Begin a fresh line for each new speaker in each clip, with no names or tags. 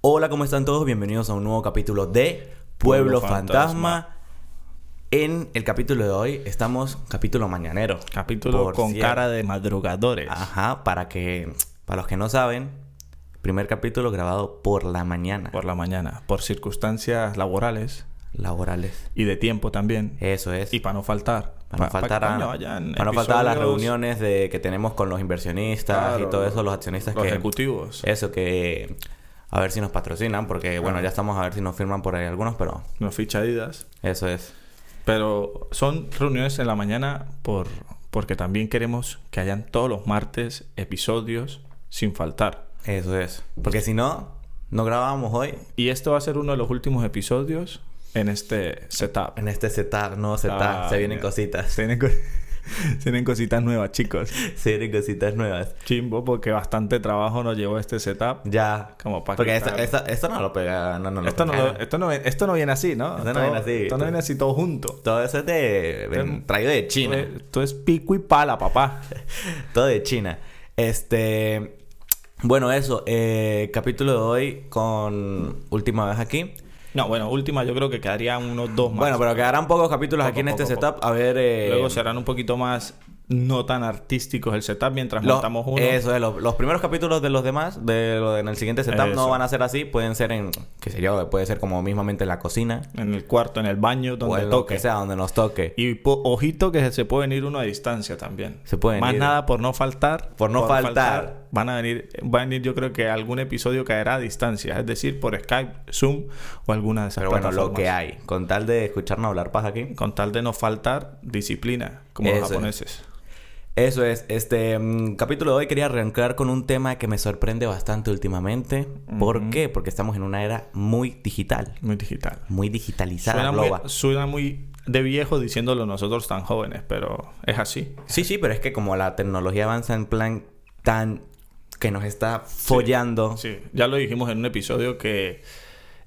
Hola, ¿cómo están todos? Bienvenidos a un nuevo capítulo de Pueblo,
Pueblo
Fantasma.
Fantasma.
En el capítulo de hoy estamos capítulo mañanero.
Capítulo
Por Ah.
con
cierto.
cara de madrugadores.
Ajá, para que para los que no saben, primer capítulo grabado por la mañana,
Por la mañana. Por circunstancias laborales
laborales.
y de tiempo también.
Eso es.
Y para no faltar.
para Eh. no
Pa- pa'
faltar,
que
a,
coño vayan
para no faltar a las
episodios
reuniones de que tenemos con los inversionistas y
Claro,
todo eso, los accionistas
Los
que Eh.
ejecutivos.
eso que a ver si nos patrocinan porque bueno, ya estamos a ver si nos firman por ahí algunos, pero
No fichadidas.
eso es.
Pero son reuniones en la mañana por, porque también queremos que hayan todos los martes episodios sin faltar.
Eso es. Porque si no, no grabábamos hoy
Y esto va a ser uno de los últimos episodios en este setup.
en este setar, no setar.
Ah,
se vienen
mira.
cositas.
Tienen, co- tienen cositas nuevas, chicos.
Se vienen cositas nuevas.
Chimbo, porque bastante trabajo nos llevó este setup.
Ya.
Como pa'
Porque esto,
quitar-
esto, esto no lo pega. No, no lo
Esto no,
pega.
lo- esto, no, esto no viene así, ¿no?
Esto no viene así.
Esto no viene así todo junto.
Todo eso es de.
Em,
ven- traído de China.
Esto es- esto es pico y pala, papá.
Todo de China. Este. Bueno, eso. eh, capítulo de hoy con última vez aquí.
No, bueno, última yo creo que quedarían unos dos más.
Bueno, pero quedarán pocos capítulos
Poco,
aquí en este
poco,
setup. A ver. eh,
Luego serán un poquito más no tan artísticos el setup mientras
Los-
montamos uno.
Eso es, los, los primeros capítulos de los demás, de lo de- en el siguiente setup, no
Eso.
van a ser así. Pueden ser en, qué sé yo, puede ser como mismamente en la cocina.
En el cuarto, en el baño,
o
donde
en lo
toque.
que sea, donde nos toque.
Y po- ojito que se puede venir uno a distancia también.
Se pueden
Más
ir.
nada por no faltar.
Por no faltar.
Van a venir, va a venir yo creo que algún episodio caerá a distancia. Es decir, por Skype, Zoom o alguna de esas
Pero bueno, lo
plataformas.
que hay. Con tal de escucharnos hablar paz aquí.
Con tal de no faltar, disciplina, como
Eso
los
es.
japoneses.
Eso es. Este mm, capítulo de hoy quería arrancar con un tema que me sorprende bastante últimamente. ¿Por qué? Porque estamos en una era muy digital.
Muy digital.
Muy digitalizada,
Suena muy,
globa.
suena muy de viejo diciéndolo nosotros tan jóvenes, pero es así.
Sí, sí, pero es que como la tecnología avanza en plan tan... que nos está follando.
Sí, ya lo dijimos en un episodio que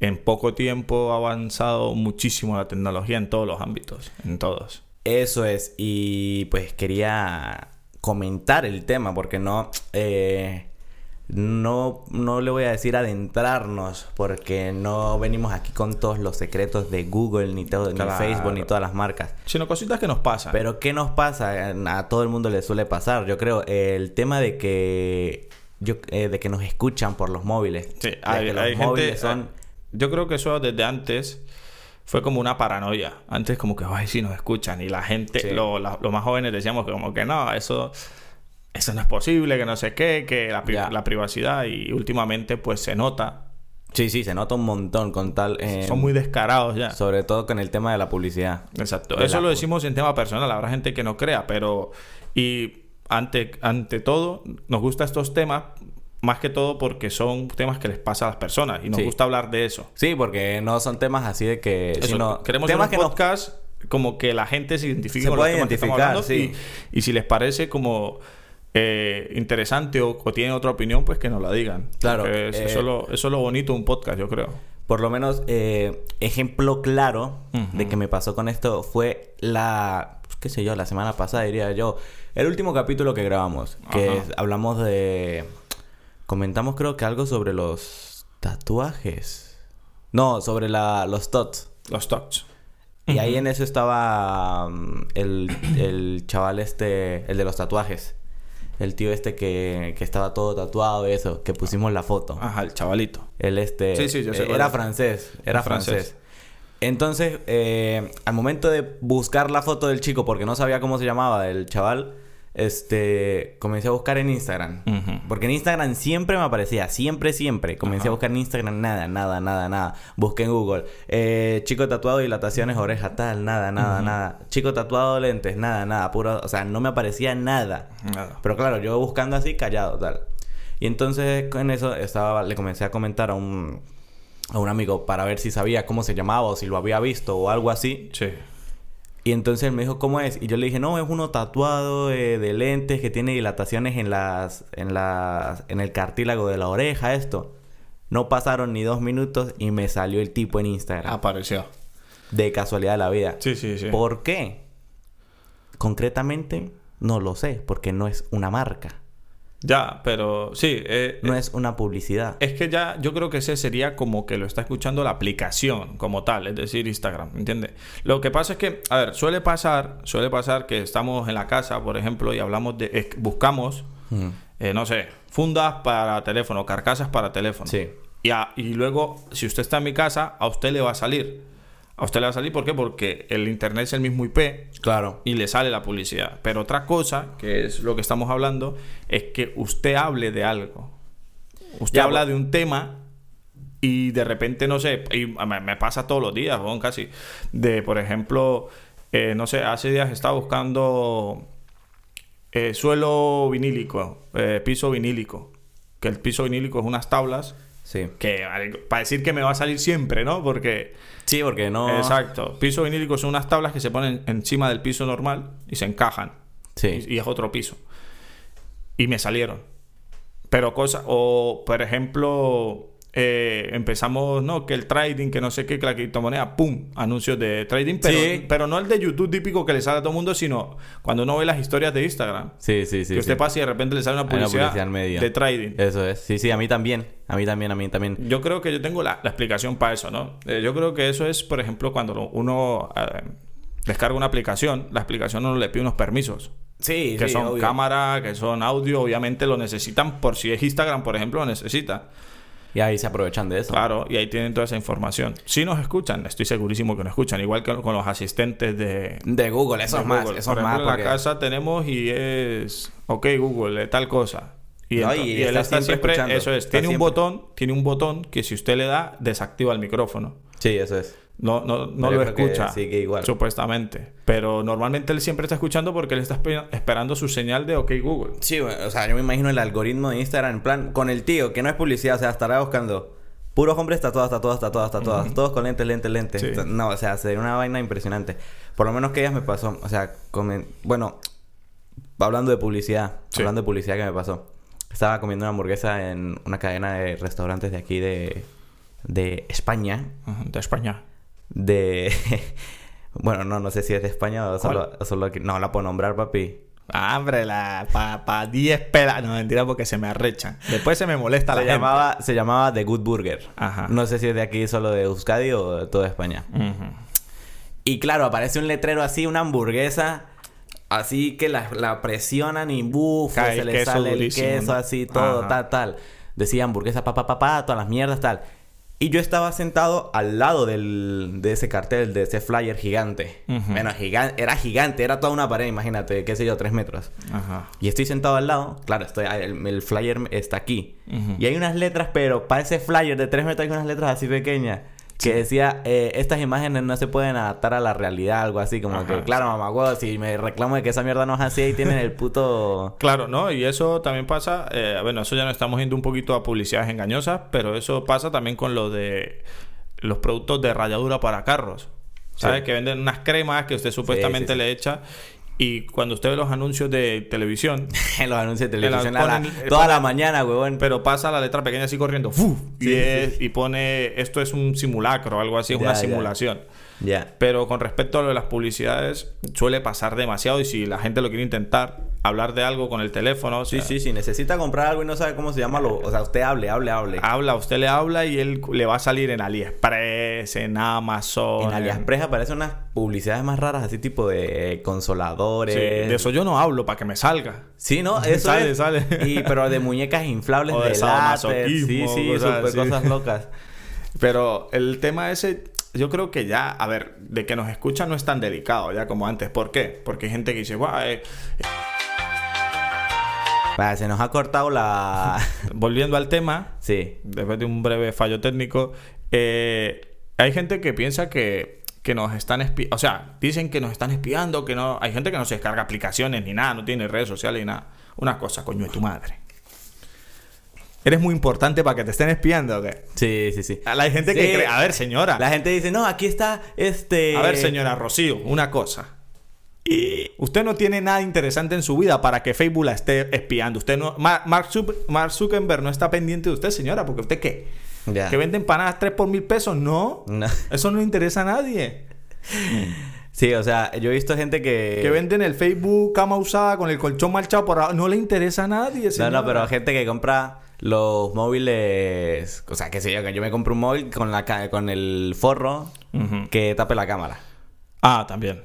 en poco tiempo ha avanzado muchísimo la tecnología en todos los ámbitos, en todos.
Eso es, y pues quería comentar el tema porque no, eh, no, no le voy a decir adentrarnos porque no venimos aquí con todos los secretos de Google, ni, todo, ni
Claro.
Facebook, ni todas las marcas.
Sino cositas que nos pasan.
Pero ¿qué nos pasa? A todo el mundo le suele pasar, yo creo, el tema de que, yo, eh, de que nos escuchan por los móviles.
Sí,
De
hay,
que los
hay gente. ah,
móviles son...
Yo creo que eso desde antes fue como una paranoia. Antes, como que, ay, si nos escuchan. Y la gente,
Sí.
lo- la- los más jóvenes decíamos que, como que no, eso. Eso no es posible, que no sé qué, que la, pri-
Ya.
la privacidad y últimamente pues se nota.
Sí, sí, se nota un montón con tal... eh,
Son muy descarados ya.
Sobre todo con el tema de la publicidad.
Exacto.
de
Eso
la
lo decimos en tema personal. Habrá gente que no crea, pero. Y ante, ante todo, nos gustan estos temas más que todo porque son temas que les pasa a las personas y nos
Sí.
gusta hablar de eso.
Sí, porque no son temas así de que...
Eso,
sino
queremos
temas
hacer
que
un
nos-
podcast como que la gente se identifique
Se
con los
pueda
temas que estamos
identificar,
hablando
sí.
y, y si les parece como eh, interesante o, o tienen otra opinión, pues que nos la digan.
Claro,
Porque es-
eh,
eso, es lo, eso es lo bonito de un podcast, yo creo.
Por lo menos, eh, ejemplo claro
Ujú.
de que me pasó con esto fue la... pues, qué sé yo, la semana pasada diría yo. El último capítulo que grabamos. Que
Ajá.
es- hablamos de... Comentamos creo que algo sobre los tatuajes. No, sobre la, los tots.
Los talks.
Y ahí en eso estaba mm, el, el chaval este, el de los tatuajes. El tío este que, que estaba todo tatuado y eso, que pusimos la foto.
Ajá, el chavalito.
Él este...
Ah. Sí, sí, yo sé
eh,
cuál
era
es.
francés, era francés.
Francés.
Entonces, eh, al momento de buscar la foto del chico, porque no sabía cómo se llamaba el chaval, este, comencé a buscar en Instagram.
Ujú.
Porque en Instagram siempre me aparecía, siempre, siempre. Comencé a
Ajá.
buscar en Instagram nada, nada, nada, nada. Busqué en Google. eh, chico tatuado, dilataciones, oreja, tal, nada, nada, nada. Chico tatuado, lentes, nada, nada. Puro, o sea, no me aparecía nada.
Nada.
Pero claro, yo buscando así, callado, tal. Y entonces con eso estaba, le comencé a comentar a un, a un amigo para ver si sabía cómo se llamaba o si lo había visto o algo así.
Sí.
Y entonces él me dijo, ¿cómo es? Y yo le dije, no, es uno tatuado eh, de lentes que tiene dilataciones en las, en las, en el cartílago de la oreja, esto. No pasaron ni dos minutos y me salió el tipo en Instagram.
Apareció.
De casualidad de la vida.
Ah. Sí, sí, sí.
¿Por qué? Concretamente, no lo sé, porque no es una marca.
Ya, pero sí. eh,
No
eh,
es una publicidad.
es que ya yo creo que ese sería como que lo está escuchando la aplicación como tal, es decir, Instagram, ¿entiendes? Lo que pasa es que, a ver, suele pasar, suele pasar que estamos en la casa, por ejemplo, y hablamos de, es- buscamos,
Mm.
eh, no sé, fundas para teléfono, carcasas para teléfono.
Sí.
Y, a- y luego, si usted está en mi casa, a usted le va a salir. A usted le va a salir, ¿por qué? Porque el internet es el mismo IP,
Claro.
y le sale la publicidad. Pero otra cosa, que es lo que estamos hablando, es que usted hable de algo. Usted
Ya,
habla
pues.
de un tema y de repente, no sé, y me, me pasa todos los días, weón, casi. De, por ejemplo, eh, no sé, hace días estaba buscando eh, suelo vinílico, eh, piso vinílico. Que el piso vinílico es unas tablas
Sí.
que, para decir que me va a salir siempre, ¿no? Porque
Sí, porque no.
Exacto. Piso vinílico son unas tablas que se ponen encima del piso normal y se encajan.
Sí.
Y, y es otro piso. Y me salieron. Pero cosas, o por ejemplo, eh, empezamos, ¿no? Que el trading, que no sé qué, que la criptomoneda, ¡pum! Anuncios de trading, pero,
Sí.
pero no el de YouTube típico que le sale a todo el mundo, sino cuando uno ve las historias de Instagram.
Sí, sí, sí.
que usted
sí.
pasa y de repente le sale una
Hay una
publicidad,
publicidad en medio.
de trading.
Eso es. Sí, sí, a mí también. A mí también, a mí también.
Yo creo que yo tengo la, la explicación para eso, ¿no? Eh, yo creo que eso es, por ejemplo, cuando lo- uno eh, descarga una aplicación, la aplicación no le pide unos permisos,
Sí,
que
sí,
son
obvio.
cámara, que son audio, obviamente lo necesitan por si es Instagram, por ejemplo, lo necesita.
Y ahí se aprovechan de eso.
Claro, y ahí tienen toda esa información. Si nos escuchan, estoy segurísimo que nos escuchan, igual que con los asistentes de...
De Google, eso
de
es más.
Google.
Eso
Por
es más.
ejemplo, en
porque-
la casa tenemos y es, ok Google, eh, tal cosa. Y,
No,
ento-
y
y él
está
está
siempre
siempre,
escuchando,
eso es,
está
tiene un
siempre.
botón, tiene un botón que si usted le da, desactiva el micrófono.
Sí, eso es.
No, no, no
Pero
lo
yo creo que
escucha.
sigue igual.
Supuestamente. Pero normalmente él siempre está escuchando porque él está espe- esperando su señal de OK Google.
Sí, bueno, o sea, yo me imagino el algoritmo de Instagram, en plan, con el tío, que no es publicidad, o sea, estará buscando puros hombres tatuados, tatuados, tatuados, tatuados, todos con lentes, lentes, lentes.
Sí.
No, o sea, sería una vaina impresionante. Por lo menos que ellas me pasó, o sea, comen- bueno, hablando de publicidad,
Sí.
hablando de publicidad que me pasó. Estaba comiendo una hamburguesa en una cadena de restaurantes de aquí de, de España,
Ajá, De España.
de... bueno, no, no sé si es de España o solo,
¿Cuál?
o solo aquí. No, la puedo nombrar, papi.
Ábrela, para pa 10 pelas. No, mentira, porque se me arrechan. Después se me molesta
Se
la llamada.
llamaba, se llamaba The Good Burger.
Ajá.
No sé si es de aquí solo de Euskadi o de toda España. Y claro, aparece un letrero así, una hamburguesa. Así que la, la presionan y buf,
Cae
se
el
le
queso
sale
durísimo,
el queso
¿no?
así, todo,
Ajá.
tal, tal. Decía hamburguesa, papá, papá, pa, todas las mierdas, tal. Y yo estaba sentado al lado del, de ese cartel, de ese flyer gigante.
Ujú.
Bueno, gigan- era gigante, era toda una pared, imagínate, qué sé yo, tres metros.
Ajá.
Y estoy sentado al lado, claro, estoy, ah, el, el flyer está aquí.
Ujú.
Y hay unas letras, pero para ese flyer de 3 metros hay unas letras así pequeñas. Que decía, eh, estas imágenes no se pueden adaptar a la realidad, algo así, como
Ajá,
que, claro, mamá, si me reclamo de que esa mierda no es así, ahí tienen el puto...
Claro, ¿no? Y eso también pasa, eh, bueno, eso ya nos estamos yendo un poquito a publicidades engañosas, pero eso pasa también con lo de los productos de ralladura para carros. ¿Sabes?
Sí.
Que venden unas cremas que usted supuestamente
sí, sí.
le echa y cuando usted ve los anuncios de televisión,
En los anuncios de
En la-
televisión a la-
ponen-
toda la mañana, huevón.
pero pasa la letra pequeña así corriendo, ¡fu! y, es- y pone, esto es un simulacro, algo así, es
Ya,
una
ya.
simulación.
Ya.
Pero con respecto a lo de las publicidades, suele pasar demasiado y si la gente lo quiere intentar, hablar de algo con el teléfono, o
Sí,
sea,
sí, sí, necesita comprar algo y no sabe cómo se llama, lo... o sea, usted hable, hable, hable.
Habla, usted le habla y él le va a salir en AliExpress, en Amazon.
en AliExpress aparecen unas publicidades más raras, así tipo de consoladores.
Sí, de eso yo no hablo para que me salga.
Sí, ¿no? Eso
Sale,
es.
sale.
Y, pero de muñecas inflables
O
de,
de
látex. Sí,
sadomasoquismo,
sí,
cosas
súper
así.
cosas locas.
Pero el tema ese, yo creo que ya, a ver, de que nos escuchan no es tan delicado ya como antes. ¿Por qué? Porque hay gente que dice, guau, eh,
Vaya, se nos ha cortado la...
volviendo al tema,
Sí.
después de un breve fallo técnico, eh, hay gente que piensa que, que nos están espiando, o sea, dicen que nos están espiando, que no, hay gente que no se descarga aplicaciones ni nada, no tiene redes sociales ni nada. Una cosa, coño, de tu madre. Eres muy importante para que te estén espiando, ¿o qué?
Sí, sí, sí.
A la gente
Sí.
que cree, a ver, señora,
La gente dice, no, aquí está este...
a ver, señora Rocío, una cosa. Usted no tiene nada interesante en su vida para que Facebook la esté espiando. Usted no, Ma- Mark Zuc- Mark Zuckerberg no está pendiente de usted, señora, porque usted qué.
Ya.
Que venden empanadas 3 por mil pesos. No.
No.
Eso no le interesa a nadie.
Sí, o sea, yo he visto gente que...
Que venden el Facebook cama usada con el colchón marchado por abajo. No le interesa a nadie.
No,
señora.
no, pero gente que compra los móviles... O sea, qué sé yo, que yo me compro un móvil con, la, ca- con el forro
Ujú.
que tape la cámara.
Ah, también.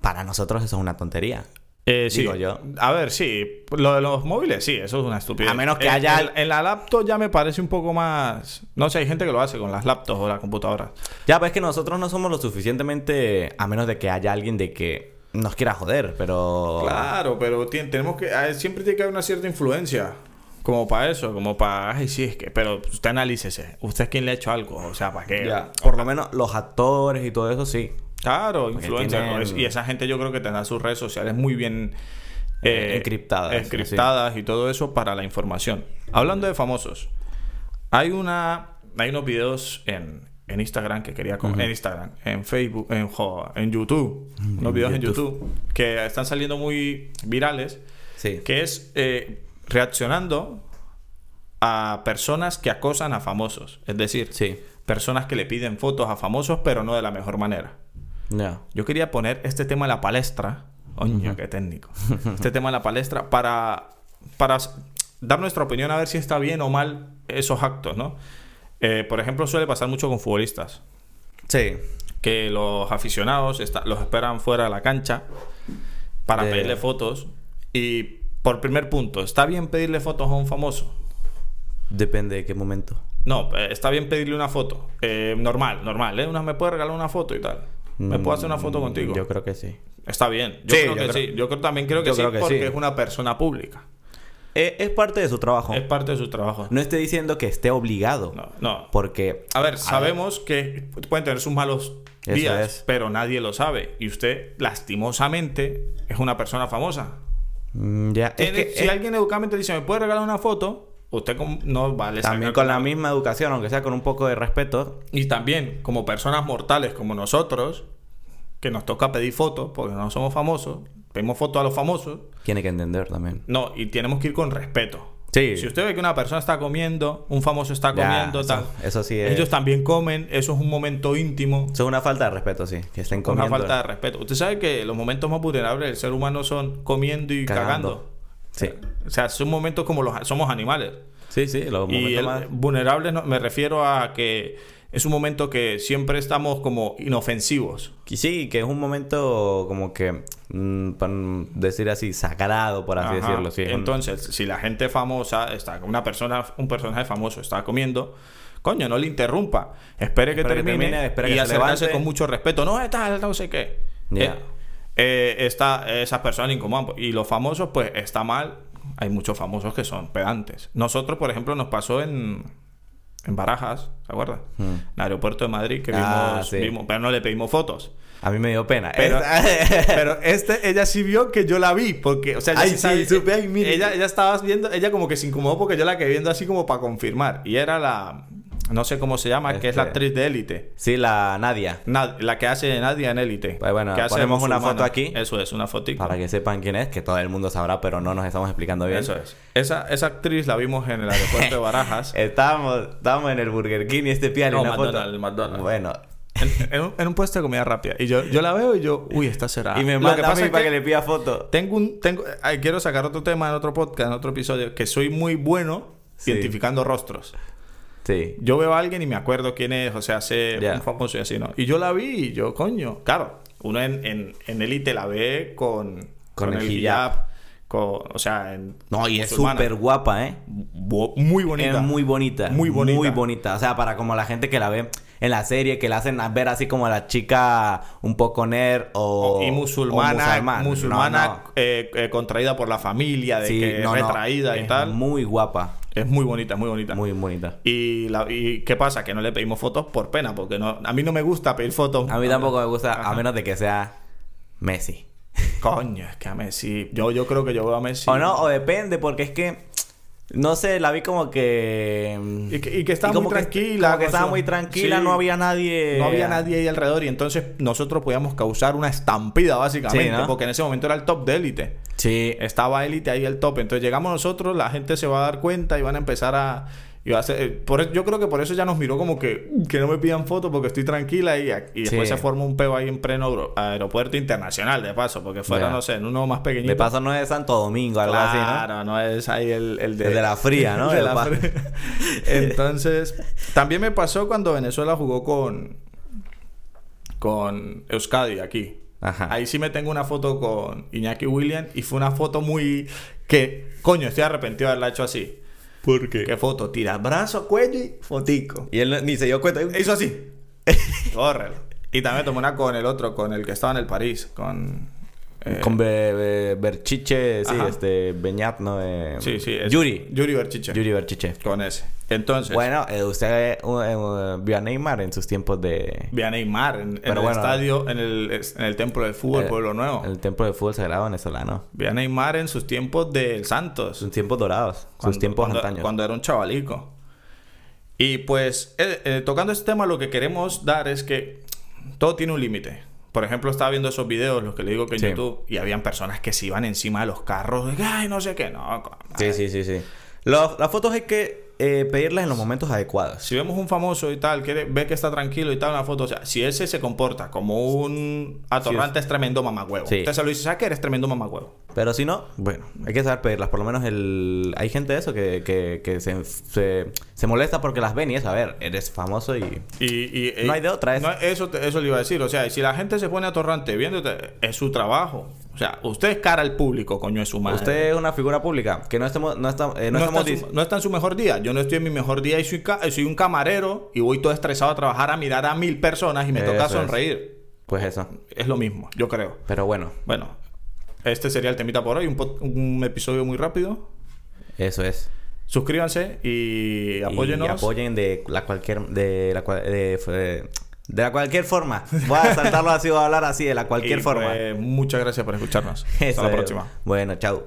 Para nosotros eso es una tontería.
Eh, sí.
Digo yo.
A ver, sí. Lo de los móviles, sí, eso es una estupidez.
A menos que
En-
haya-
En, en la laptop ya me parece un poco más. No sé, hay gente que lo hace con las laptops o las computadoras.
Ya, pues es que nosotros no somos lo suficientemente... A menos de que haya alguien de que nos quiera joder, pero...
Claro, pero tien- tenemos que. a- Siempre tiene que haber una cierta influencia. Como para eso, como para. Ay, sí, es que. Pero usted analícese. Usted es quien le ha hecho algo. O sea, ¿para qué?
Ya, eh, Por lo menos los actores y todo eso sí.
Claro, influencia.
tienen-
¿no? Es- Y esa gente yo creo que tendrá sus redes sociales muy bien
Eh, encriptadas,
encriptadas y todo eso para la información. Hablando de famosos, hay una hay unos videos en, en Instagram que quería com- en Instagram, en Facebook, en, jo- en YouTube,
Mm,
unos videos en YouTube que están saliendo muy virales
Sí.
que es eh, reaccionando a personas que acosan a famosos, es decir,
Sí.
personas que le piden fotos a famosos pero no de la mejor manera.
No.
Yo quería poner este tema en la palestra. Oño, qué técnico. Este tema en la palestra para, para s- dar nuestra opinión a ver si está bien o mal esos actos, ¿no? Eh, por ejemplo, suele pasar mucho con futbolistas.
Sí.
Que los aficionados está- los esperan fuera de la cancha para
De-
pedirle fotos. Y por primer punto, ¿está bien pedirle fotos a un famoso?
Depende de qué momento.
No, eh, está bien pedirle una foto. Eh, normal, normal, ¿eh? Una, ¿Me puede regalar una foto y tal? ¿Me puedo hacer una foto
Mm,
contigo?
Yo creo que sí.
Está bien. Yo
Sí,
creo
yo
que
creo-
sí. Yo creo, también creo que
yo
sí
creo que
porque
sí.
es una persona pública.
Eh, es parte de su trabajo.
Es parte de su trabajo.
No estoy diciendo que esté obligado.
No, no.
Porque.
A ver, sabemos que pueden tener sus malos
Eso
días,
es.
pero nadie lo sabe. Y usted, lastimosamente, es una persona famosa.
mm, Ya. Es
Tiene-
que,
si
eh,
alguien educadamente dice, ¿me puede regalar una foto? Usted com- no vale
también con la misma educación, aunque sea con un poco de respeto.
Y también, como personas mortales como nosotros, que nos toca pedir fotos porque no somos famosos, pedimos fotos a los famosos,
Tiene que entender también.
No, y tenemos que ir con respeto.
Sí.
Si usted ve que una persona está comiendo, un famoso está
Ya,
comiendo,
eso-
tal,
eso sí es-
Ellos también comen, eso es un momento íntimo,
Eso es una falta de respeto, sí. Que estén comiendo.
una falta de respeto. Usted sabe que los momentos más vulnerables del ser humano son comiendo y cagando.
Cagando. Sí.
O sea, son momentos como los somos animales.
Sí, sí. Los
y
momentos
el-
más.
vulnerables no- me refiero a que es un momento que siempre estamos como inofensivos.
Y Sí, que es un momento como que. mm, para decir así, sagrado, por así
Ajá.
decirlo. Sí, es un-
Entonces, si la gente famosa está, una persona, un personaje famoso está comiendo, coño, no le interrumpa, espere que
Espera que
termine,
termine, espera
y
que se
acercarse
levante.
con mucho respeto. No, está, no sé qué.
Ya.
Eh, eh, está, esas personas le incomodan y los famosos, pues está mal. Hay muchos famosos que son pedantes. Nosotros, por ejemplo, nos pasó en en Barajas, ¿se acuerdan? En el aeropuerto de Madrid que vimos,
Hmm. Ah, sí.
vimos- pero no le pedimos fotos.
A mí me dio pena.
Pero,
Esta-
pero este, ella sí vio que yo la vi, porque, o sea, ella
Ay,
sí
sí,
sabe-
supe, ay, mire.
ella, ella estaba viendo, ella como que se incomodó porque yo la quedé viendo así como para confirmar. Y era la, no sé cómo se llama, que es la
Este.
actriz de Élite.
sí, la Nadia.
Nad- La que hace de Nadia en Élite.
Pues bueno,
que hace de
ponemos una
musulmana.
foto aquí.
Eso es, una fotito.
Para que sepan quién es, que todo el mundo sabrá, pero no nos estamos explicando bien.
Eso es. Esa, esa actriz la vimos en el aeropuerto de Barajas.
Estábamos, estábamos en el Burger King y este pía en
No,
una
McDonald's,
foto.
McDonald's.
Bueno.
en, en un, en un puesto de comida rápida. Y yo, yo la veo y yo, uy, esta será.
y me
Ah. Lo
manda a
pasa
mí
es
para que... le pida foto.
Tengo un. Tengo, ay, quiero sacar otro tema en otro podcast, en otro episodio, que soy muy bueno
Sí.
identificando rostros.
Sí.
Yo veo a alguien y me acuerdo quién es, o sea, sé
Ya.
un famoso y así, ¿no? Y yo la vi y yo, coño. Claro, uno en, en, en élite la ve con.
Con el hijab.
con, o sea, en.
No, y es
musulmana.
súper guapa, ¿eh?
Bu- Muy bonita.
Es muy bonita.
Muy bonita.
Muy bonita. O sea, para como la gente que la ve en la serie, que la hacen ver así como a la chica un poco nerd o.
y musulmana,
o musulmán. No,
musulmana
no.
eh, eh, contraída por la familia, de
Sí,
que
no, no.
retraída y
Es
tal.
Muy guapa.
Es muy bonita, muy bonita.
Muy bonita.
Y, la- y qué pasa, que no le pedimos fotos por pena, porque no, a mí no me gusta pedir fotos.
A mí tampoco me gusta,
Ajá.
a menos de que sea Messi.
Coño, es que a Messi. Yo, yo creo que yo veo a Messi.
O no, o depende, porque es que. No sé, la vi como que.
Y que- y que estaba muy
como
tranquila,
Como que
con
estaba
su-
muy tranquila,
Sí.
no había nadie.
No había nadie ahí alrededor y entonces nosotros podíamos causar una estampida básicamente,
Sí, ¿no?
porque en ese momento era el top de élite.
Sí.
Estaba élite ahí el top, entonces llegamos nosotros, la gente se va a dar cuenta y van a empezar a... Y va a ser- eh, por eso- yo creo que por eso ya nos miró como que, "Uh, que no me pidan fotos porque estoy tranquila y, a- y después
Sí.
se forma un peo ahí en pleno aer- aeropuerto internacional, de paso, porque fuera,
Ya.
no sé, en uno más pequeñito.
De paso no es de Santo Domingo, algo así, ¿no?
Claro, no es ahí el, el de...
El de la fría, ¿no?
de
El
la
pa-
fría. Entonces, también me pasó cuando Venezuela jugó con... Con Euskadi aquí.
Ajá.
Ahí sí me tengo una foto con Iñaki William y fue una foto muy... Que, coño, estoy arrepentido de haberla hecho así.
¿Por qué?
¿Qué foto? Tira brazo, cuello y fotico.
Y él no- ni se dio cuenta.
Hizo así. Córrelo. Y también tomé una con el otro, con el que estaba en el París, con... eh,
Con Be- Be- Berchiche, sí,
Ajá.
este, Beñat, ¿no? Eh,
Sí, sí. es-
Yuri.
Yuri Berchiche.
Yuri Berchiche.
Con ese. Entonces,
Bueno, eh, usted eh, u- eh, vio a Neymar en sus tiempos de...
vi a Neymar en, en
Pero
el
bueno.
estadio, en el, en el templo del fútbol,
el-
Pueblo Nuevo.
eh, El templo de fútbol sagrado venezolano.
Vi a Neymar en sus tiempos del Santos.
Sus tiempos dorados.
Cuando-
sus tiempos
cuando,
antaños.
Cuando era un chavalico. Y pues, eh, eh, tocando este tema, lo que queremos dar es que todo tiene un límite. Por ejemplo, estaba viendo esos videos, los que le digo que en
Sí.
YouTube, y habían personas que se iban encima de los carros, de, ay, no sé qué, no. co-
Sí, sí, sí, sí. Los- las fotos hay que eh, pedirlas en los momentos adecuados.
Si vemos un famoso y tal, que ve que está tranquilo y tal, una foto, o sea, si ese se comporta como un atorrante, es tremendo mamagüevo.
Sí.
Usted se lo dice, ¿sabes que eres tremendo mamagüevo?
Pero si no, bueno, hay que saber pedirlas. Por lo menos el... hay gente de eso que, que, que se, se, se molesta porque las ven y es, a ver, eres famoso y...
Y, y-
No
y-
hay de otra, es-
no, eso, te- eso le iba a decir. O sea, si la gente se pone atorrante viéndote, es su trabajo. O sea, usted es cara al público, coño, es su madre.
Usted es una figura pública. Que no estamos... No, estamos no,
no,
estamos...
está en
dis-
su, no está en su mejor día. Yo no estoy en mi mejor día y soy, ca- eh, soy un camarero y voy todo estresado a trabajar a mirar a mil personas y me toca
Eso es.
sonreír.
Pues eso.
Es. lo mismo, yo creo.
Pero bueno,
Bueno, este sería el temita por hoy. Un, pod- un episodio muy rápido.
eso es.
Suscríbanse y apóyennos.
Y apoyen de la cualquier... De la, cual- de, de- de la cualquier forma. Voy a saltarlo así, voy a hablar así, de la cualquier
Y,
forma.
pues, muchas gracias por escucharnos.
Eso
Hasta la
es.
próxima.
Bueno, chao.